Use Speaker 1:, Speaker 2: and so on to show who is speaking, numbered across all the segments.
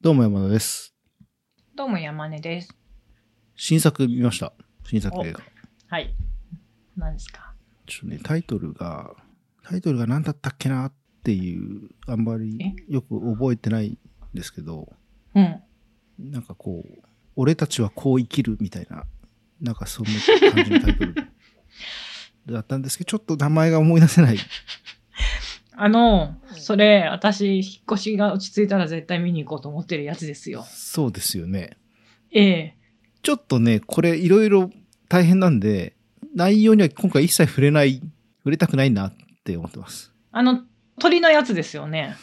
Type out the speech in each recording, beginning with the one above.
Speaker 1: どうも山田です。
Speaker 2: どうも山根です。
Speaker 1: 新作見ました。新作映画。
Speaker 2: はい。何ですか
Speaker 1: ちょっとね、タイトルが、タイトルが何だったっけなっていう、あんまりよく覚えてないんですけど、
Speaker 2: うん。
Speaker 1: なんかこう、俺たちはこう生きるみたいな、なんかそんな感じのタイトルだったんですけど、ちょっと名前が思い出せない。
Speaker 2: あの、それ、私、引っ越しが落ち着いたら絶対見に行こうと思ってるやつですよ。
Speaker 1: そうですよね。
Speaker 2: ええ。
Speaker 1: ちょっとね、これいろいろ大変なんで、内容には今回一切触れない、触れたくないなって思ってます。
Speaker 2: あの、鳥のやつですよね。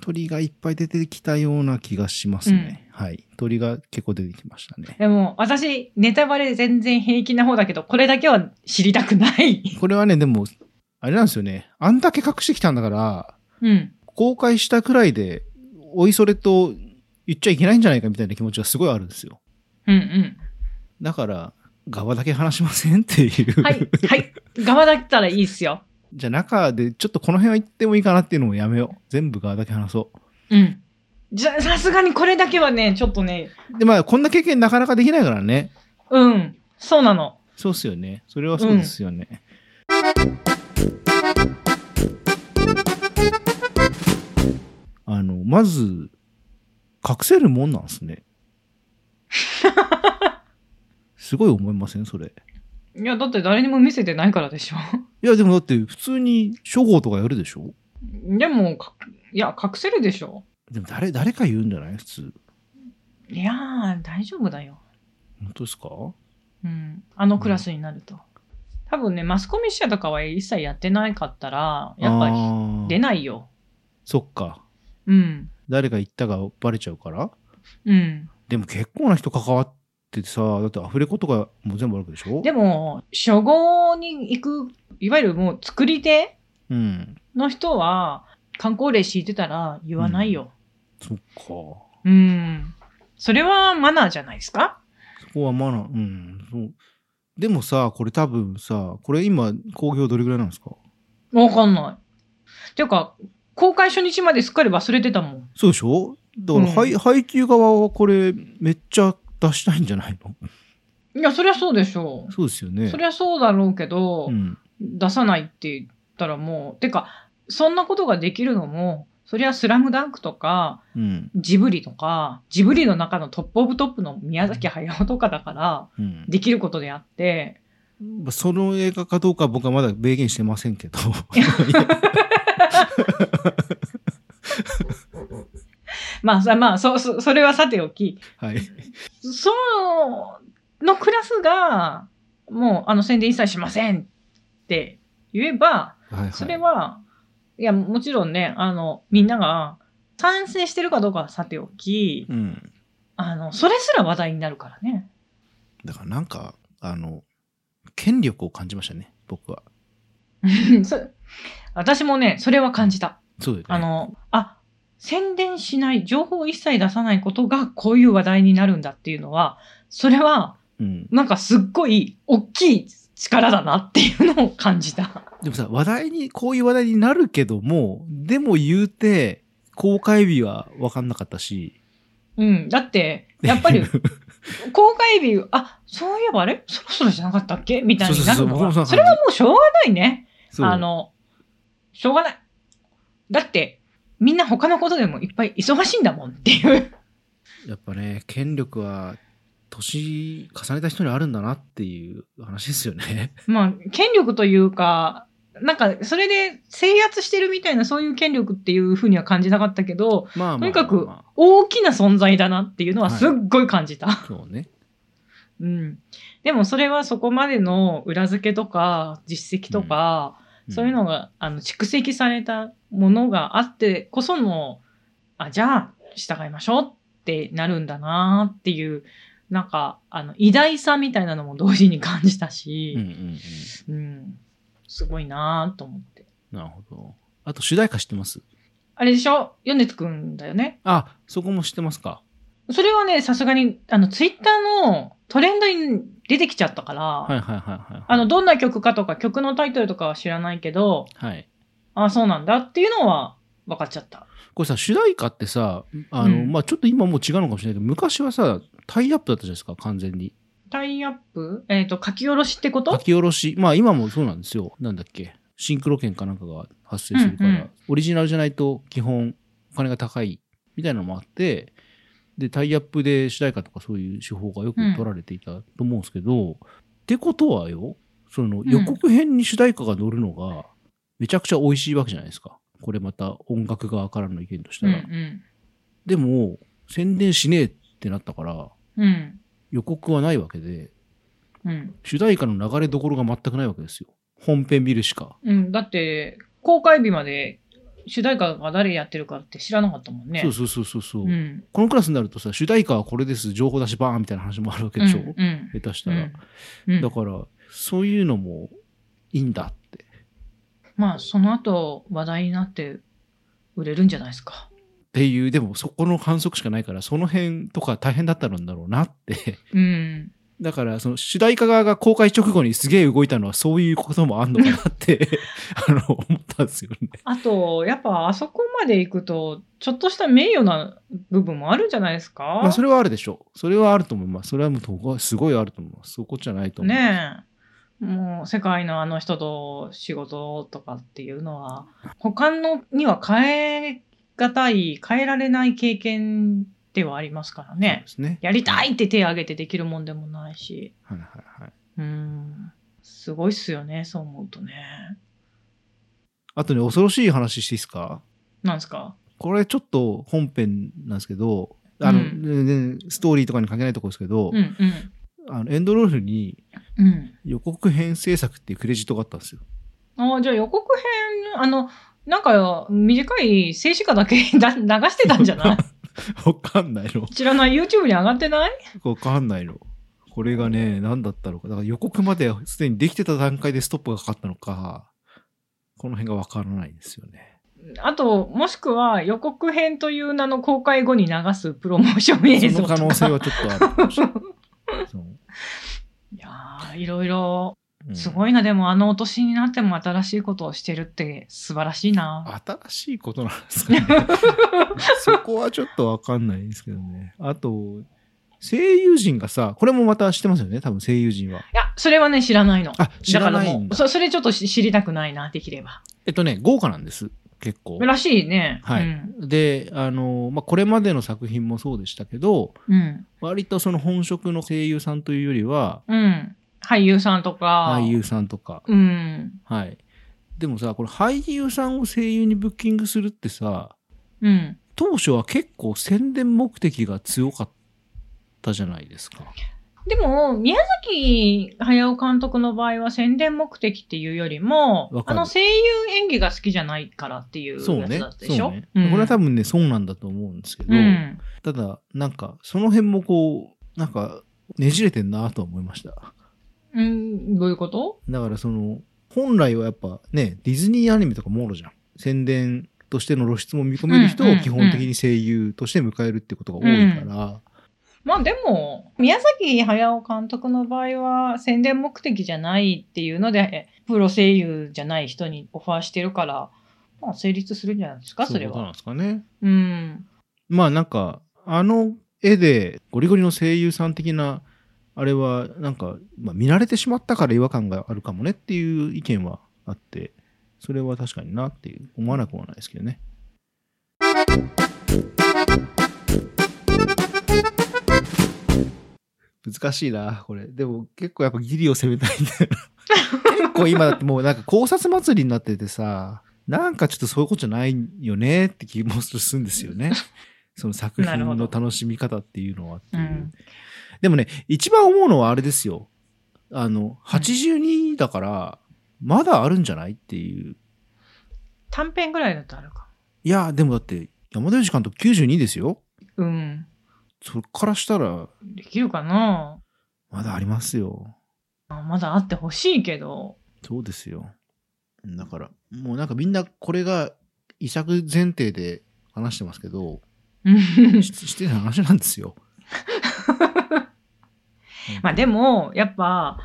Speaker 1: 鳥がいっぱい出てきたような気がしますね。はい。鳥が結構出てきましたね。
Speaker 2: でも、私、ネタバレ全然平気な方だけど、これだけは知りたくない。
Speaker 1: これはね、でも、あれなんですよね。あんだけ隠してきたんだから、
Speaker 2: うん。
Speaker 1: 公開したくらいで、おいそれと言っちゃいけないんじゃないかみたいな気持ちがすごいあるんですよ。
Speaker 2: うんうん。
Speaker 1: だから、側だけ話しませんっていう。
Speaker 2: はい、 はい。側だったらいいっすよ。
Speaker 1: じゃあ中でちょっとこの辺は言ってもいいかなっていうのもやめよう。全部側だけ話そ
Speaker 2: うん。じゃ、さすがにこれだけはね、ちょっとね、
Speaker 1: う。で、まあ、こんな経験なかなかできないからね。
Speaker 2: うん。そうなの。
Speaker 1: そうっすよね。それはそうですよね。あの、まず、隠せるもんなんですね。 すごい思いませんそれ。
Speaker 2: いや、だって誰にも見せてないからでしょ。
Speaker 1: いや、でもだって普通に初号とかやるでしょ
Speaker 2: でも、かいや、隠せるでしょ。
Speaker 1: でも誰、誰か言うんじゃない普通。
Speaker 2: いやー、大丈夫だよ。
Speaker 1: 本当ですか
Speaker 2: うん。あのクラスになると。多分ね、マスコミ記者とかは一切やってないかったら、やっぱ
Speaker 1: あ
Speaker 2: り
Speaker 1: ー
Speaker 2: 出ないよ。
Speaker 1: そっか。
Speaker 2: うん。
Speaker 1: 誰が言ったかバレちゃうから
Speaker 2: うん。
Speaker 1: でも結構な人関わっててさ、だってアフレコとかも全部あるわけでしょ
Speaker 2: でも、初号に行く、いわゆるもう作り手
Speaker 1: うん。
Speaker 2: の人は、観光例敷いてたら言わないよ。
Speaker 1: そっか。
Speaker 2: うん。それはマナーじゃないですか
Speaker 1: そこはマナー、うん、そう。でもさ、これ多分さ、これ今、興行どれぐらいなんですか
Speaker 2: わかんない。ていうか、公開初日まですっかり忘れてたもん。
Speaker 1: そうでしょだから、
Speaker 2: うん
Speaker 1: 配配給側はこれ、めっちゃ出したいんじゃないの
Speaker 2: いや、そりゃそうでしょ
Speaker 1: そうですよ
Speaker 2: う。
Speaker 1: ね。
Speaker 2: そりゃそうだろうけど、
Speaker 1: うん。
Speaker 2: 出さないって言ったらもう、てか、そんなことができるのも、そりゃスラムダンクとか、
Speaker 1: うん。
Speaker 2: ジブリとか、ジブリの中のトップオブトップの宮崎駿とかだから、
Speaker 1: うん。
Speaker 2: できることであって、
Speaker 1: まあその映画かどうかは僕はまだ明言してません けど。
Speaker 2: まあ、さまあ、そ、そ、それはさておき、
Speaker 1: はい。
Speaker 2: そのクラスが、もう、あの、宣伝一切しませんって言えば、
Speaker 1: はい、はい。
Speaker 2: それは、いや、もちろんね、あの、みんなが、賛成してるかどうかはさておき、
Speaker 1: うん。
Speaker 2: あの、それすら話題になるからね。
Speaker 1: だからなんか、あの、権力を感じましたね、僕は。
Speaker 2: うんそ私もね、それは感じた。
Speaker 1: そうだよね。
Speaker 2: あの、あ、宣伝しない、情報を一切出さないことがこういう話題になるんだっていうのは、それは、
Speaker 1: うん。
Speaker 2: なんかすっごい大きい力だなっていうのを感じ た。
Speaker 1: でもさ、話題に、こういう話題になるけども、でも言うて、公開日は分かんなかったし、
Speaker 2: うん。だって、やっぱ り
Speaker 1: そ、
Speaker 2: 公開日、あ、そういえばあれそろそろじゃなかったっけみたいにな
Speaker 1: そうそうそ
Speaker 2: るの
Speaker 1: う僕もそんな感
Speaker 2: は、
Speaker 1: じ
Speaker 2: それはもうしょうがないね。
Speaker 1: う
Speaker 2: あの、しょうがない。だって、みんな他のことでもいっぱい忙しいんだもんっていう。
Speaker 1: やっぱね、権力は、年重ねた人にあるんだなっていう話ですよ ね。
Speaker 2: まあ、権力というか、なんか、それで制圧してるみたいな、そういう権力っていうふうには感じなかったけど、
Speaker 1: まあまあまあ、
Speaker 2: とにかく
Speaker 1: ま
Speaker 2: 大きな存在だなっていうのはすっごい感じた。
Speaker 1: あそうね。
Speaker 2: うん。でも、それはそこまでの裏付けとか、実績とか、そういうのが、あの、蓄積されたものがあってこその、あ、じゃあ、従いましょうってなるんだなっていう、なんか、あの、偉大さみたいなのも同時に感じたし、
Speaker 1: うんうんうん。
Speaker 2: うん。すごいなぁと思って。
Speaker 1: なるほど。あと、主題歌知ってます
Speaker 2: あれでしょ米津くんだよね。
Speaker 1: あ、そこも知ってますか。
Speaker 2: それはね、さすがに、あの、ツイッターのトレンドに出てきちゃったから、
Speaker 1: はいはいはいはい。
Speaker 2: あの、どんな曲かとか曲のタイトルとかは知らないけど、
Speaker 1: はい。
Speaker 2: ああ、そうなんだっていうのは分かっちゃった。
Speaker 1: これさ、主題歌ってさ、あの、
Speaker 2: うん
Speaker 1: まあ、ちょっと今もう違うのかもしれないけど、昔はさ、タイアップだったじゃないですか、完全に。
Speaker 2: タイアップえっ、と、書き下ろしってこ
Speaker 1: 書
Speaker 2: と
Speaker 1: き下ろし、まあ今もそうなんですよ。なんだっけ。シンクロ券かなんかが発生するから、
Speaker 2: うんうん
Speaker 1: オリジナルじゃないと基本お金が高いみたいなのもあって、で、タイアップで主題歌とかそういう手法がよく取られていたと思うんですけど、ってことはよ、その予告編に主題歌が乗るのがめちゃくちゃ美味しいわけじゃないですか。これまた音楽側からの意見とし
Speaker 2: う
Speaker 1: た
Speaker 2: ん
Speaker 1: ら。
Speaker 2: う
Speaker 1: でも、宣伝しねえってなったから、
Speaker 2: ん。うん。
Speaker 1: 予告はないわけで、
Speaker 2: うん。
Speaker 1: 主題歌の流れどころが全くないわけですよ。本編見るしか。
Speaker 2: うん。だって、公開日まで主題歌が誰やってるかって知らなかったもんね。
Speaker 1: そうそうそうそうそう、
Speaker 2: うん。
Speaker 1: このクラスになるとさ、主題歌はこれです、情報出しバーンみたいな話もあるわけ
Speaker 2: う
Speaker 1: でしょ。
Speaker 2: ん。うん。
Speaker 1: 下手したら、
Speaker 2: うん
Speaker 1: だから、そういうのもいいんだって。
Speaker 2: まあ、その後話題になって売れるんじゃないですか。
Speaker 1: っていう、でもそこの反則しかないから、その辺とか大変だったんだろうなって。
Speaker 2: うん。
Speaker 1: だから、その主題歌側が公開直後にすげえ動いたのは、そういうこともあんのかなって、 あの、思ったんですよね。
Speaker 2: あと、やっぱあそこまで行くと、ちょっとした名誉な部分もあるんじゃないですか、
Speaker 1: まあ、それはあるでしょう。それはあると思います。それはもう、すごいあると思います。そこじゃないと思う。
Speaker 2: ねえ。もう世界のあの人と仕事とかっていうのは、他のには変えがたい、変えられない経験ではありますから
Speaker 1: そうで
Speaker 2: ね。
Speaker 1: すね。
Speaker 2: やりたいって手挙げてできるもんでもないし。
Speaker 1: はいはいはい。
Speaker 2: うん。すごいっすよね、そう思うとね。
Speaker 1: あとね、恐ろしい話していいですか
Speaker 2: なんですか
Speaker 1: これちょっと本編なんですけど、あの、
Speaker 2: うん
Speaker 1: 全然ストーリーとかに関係ないところですけど、
Speaker 2: うん
Speaker 1: あのエンドロールに
Speaker 2: うん。うん。
Speaker 1: 予告編制作っていうクレジットがあったんですよ。
Speaker 2: ああ、じゃあ予告編、あの、なんか短い静止画だけ だ流してたんじゃない
Speaker 1: わかんないの。
Speaker 2: 知らない ?YouTube に上がってない
Speaker 1: わかんないの。これがね、何だったのか。だから予告まですでにできてた段階でストップがかかったのか、この辺がわからないんですよね。
Speaker 2: あと、もしくは予告編という名の公開後に流すプロモーション映
Speaker 1: そ
Speaker 2: 像
Speaker 1: の
Speaker 2: とか。
Speaker 1: 可能性はちょっとあるかもしれないそう
Speaker 2: いやーいろいろ、
Speaker 1: うん
Speaker 2: すごいな、でもあのお年になっても新しいことをしてるって素晴らしいな。
Speaker 1: 新しいことなんですか ね。そこはちょっとわかんないですけどね。あと、声優陣がさ、これもまた知ってますよね、多分声優陣は。
Speaker 2: いや、それはね、知らないの。
Speaker 1: あ、知ら
Speaker 2: だ
Speaker 1: な
Speaker 2: から
Speaker 1: い
Speaker 2: も
Speaker 1: ん
Speaker 2: う、
Speaker 1: だ。
Speaker 2: そそれちょっとし知りたくないな、できれば。
Speaker 1: えっとね、豪華なんです、結構。
Speaker 2: らしいね。
Speaker 1: はい
Speaker 2: うん。
Speaker 1: で、あの、まあ、これまでの作品もそうでしたけど、
Speaker 2: うん。
Speaker 1: 割とその本職の声優さんというよりは、
Speaker 2: うん。俳優さんとか。
Speaker 1: 俳優さんとか、
Speaker 2: うん。
Speaker 1: はい。でもさ、これ俳優さんを声優にブッキングするってさ、
Speaker 2: うん。
Speaker 1: 当初は結構宣伝目的が強かったじゃないですか。
Speaker 2: でも、宮崎駿監督の場合は宣伝目的っていうよりも
Speaker 1: わ、か
Speaker 2: あ
Speaker 1: る
Speaker 2: の声優演技が好きじゃないからっていう
Speaker 1: そう
Speaker 2: やつ
Speaker 1: ね
Speaker 2: だった。で
Speaker 1: そう
Speaker 2: しょ
Speaker 1: ね。こ
Speaker 2: うん
Speaker 1: れは多分ね、そうなんだと思うんですけど、
Speaker 2: うん。
Speaker 1: ただ、なんか、その辺もこう、なんか、ねじれてんなとは思いました。
Speaker 2: うん、どういうこと
Speaker 1: だから、その、本来はやっぱね、ディズニーアニメとかもろじゃん。宣伝としての露出も見込める人
Speaker 2: うんうん
Speaker 1: を
Speaker 2: うん
Speaker 1: 基本的に声優として迎えるってことが多いから、
Speaker 2: まあでも、宮崎駿監督の場合は宣伝目的じゃないっていうので、プロ声優じゃない人にオファーしてるから、まあ成立するんじゃないですか、そ
Speaker 1: そうい
Speaker 2: れ
Speaker 1: うことな
Speaker 2: は。
Speaker 1: んですかね。
Speaker 2: うん。
Speaker 1: まあなんか、あの絵でゴリゴリの声優さん的な、あれはなんか、まあ、見慣れてしまったから違和感があるかもねっていう意見はあって、それは確かになっていう思わなくはないですけどね。難しいな、これ。でも結構やっぱギリを攻めたいんだよな。結構今だってもうなんか考察祭りになっててさ、なんかちょっとそういうことじゃないよねって気もするんですよね。その作品の楽しみ方っていうのはっていう。
Speaker 2: うん
Speaker 1: でもね、一番思うのはあれですよ。あの、82だから、まだあるんじゃないっていう。
Speaker 2: 短編ぐらいだとあるか。
Speaker 1: いや、でもだって、山田洋次監督92ですよ。
Speaker 2: うん。
Speaker 1: そっからしたら、
Speaker 2: できるかな
Speaker 1: まだありますよ。
Speaker 2: まあまだあってほしいけど。
Speaker 1: そうですよ。だから、もうなんかみんなこれが遺作前提で話してますけど、
Speaker 2: うん。
Speaker 1: ししてない話なんですよ
Speaker 2: まあで
Speaker 1: も、
Speaker 2: も、やっぱ、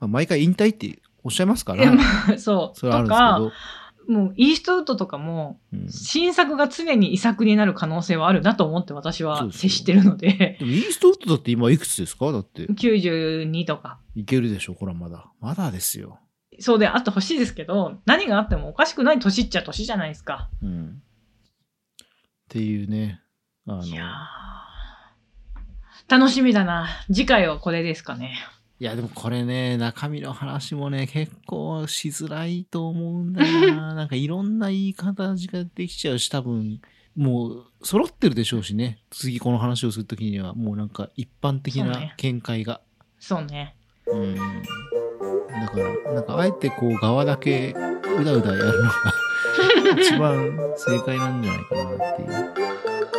Speaker 1: 毎回引退っておっしゃいますか
Speaker 2: いや
Speaker 1: ら、
Speaker 2: そう、
Speaker 1: それはある
Speaker 2: と
Speaker 1: んですけ
Speaker 2: か、
Speaker 1: ど。
Speaker 2: もうイーストウッドとかも、
Speaker 1: うん
Speaker 2: 新作が常に遺作になる可能性はあるなと思って私
Speaker 1: そう
Speaker 2: は
Speaker 1: ですよ
Speaker 2: 接してるので、
Speaker 1: でもイーストウッドだって今いくつですかだって。
Speaker 2: 92とか。
Speaker 1: いけるでしょ、これはまだ。まだですよ。
Speaker 2: そうであってほしいですけど、何があってもおかしくない年っちゃ年じゃないですか。
Speaker 1: うん。っていうね。あの、
Speaker 2: い
Speaker 1: い
Speaker 2: や
Speaker 1: や、
Speaker 2: ー楽しみだな。次回はこれですかね。
Speaker 1: でもこれね、中身の話もね、結構しづらいと思うんだよな。 なんかいろんな言い方ができちゃうし、多分、もう揃ってるでしょうしね。次この話をするときには、もうなんか一般的
Speaker 2: そう
Speaker 1: な
Speaker 2: ね
Speaker 1: 見解が。
Speaker 2: そうね。
Speaker 1: うん。だから、なんかあえてこう側だけ うだうだやるのが一番正解なんじゃないかなっていう。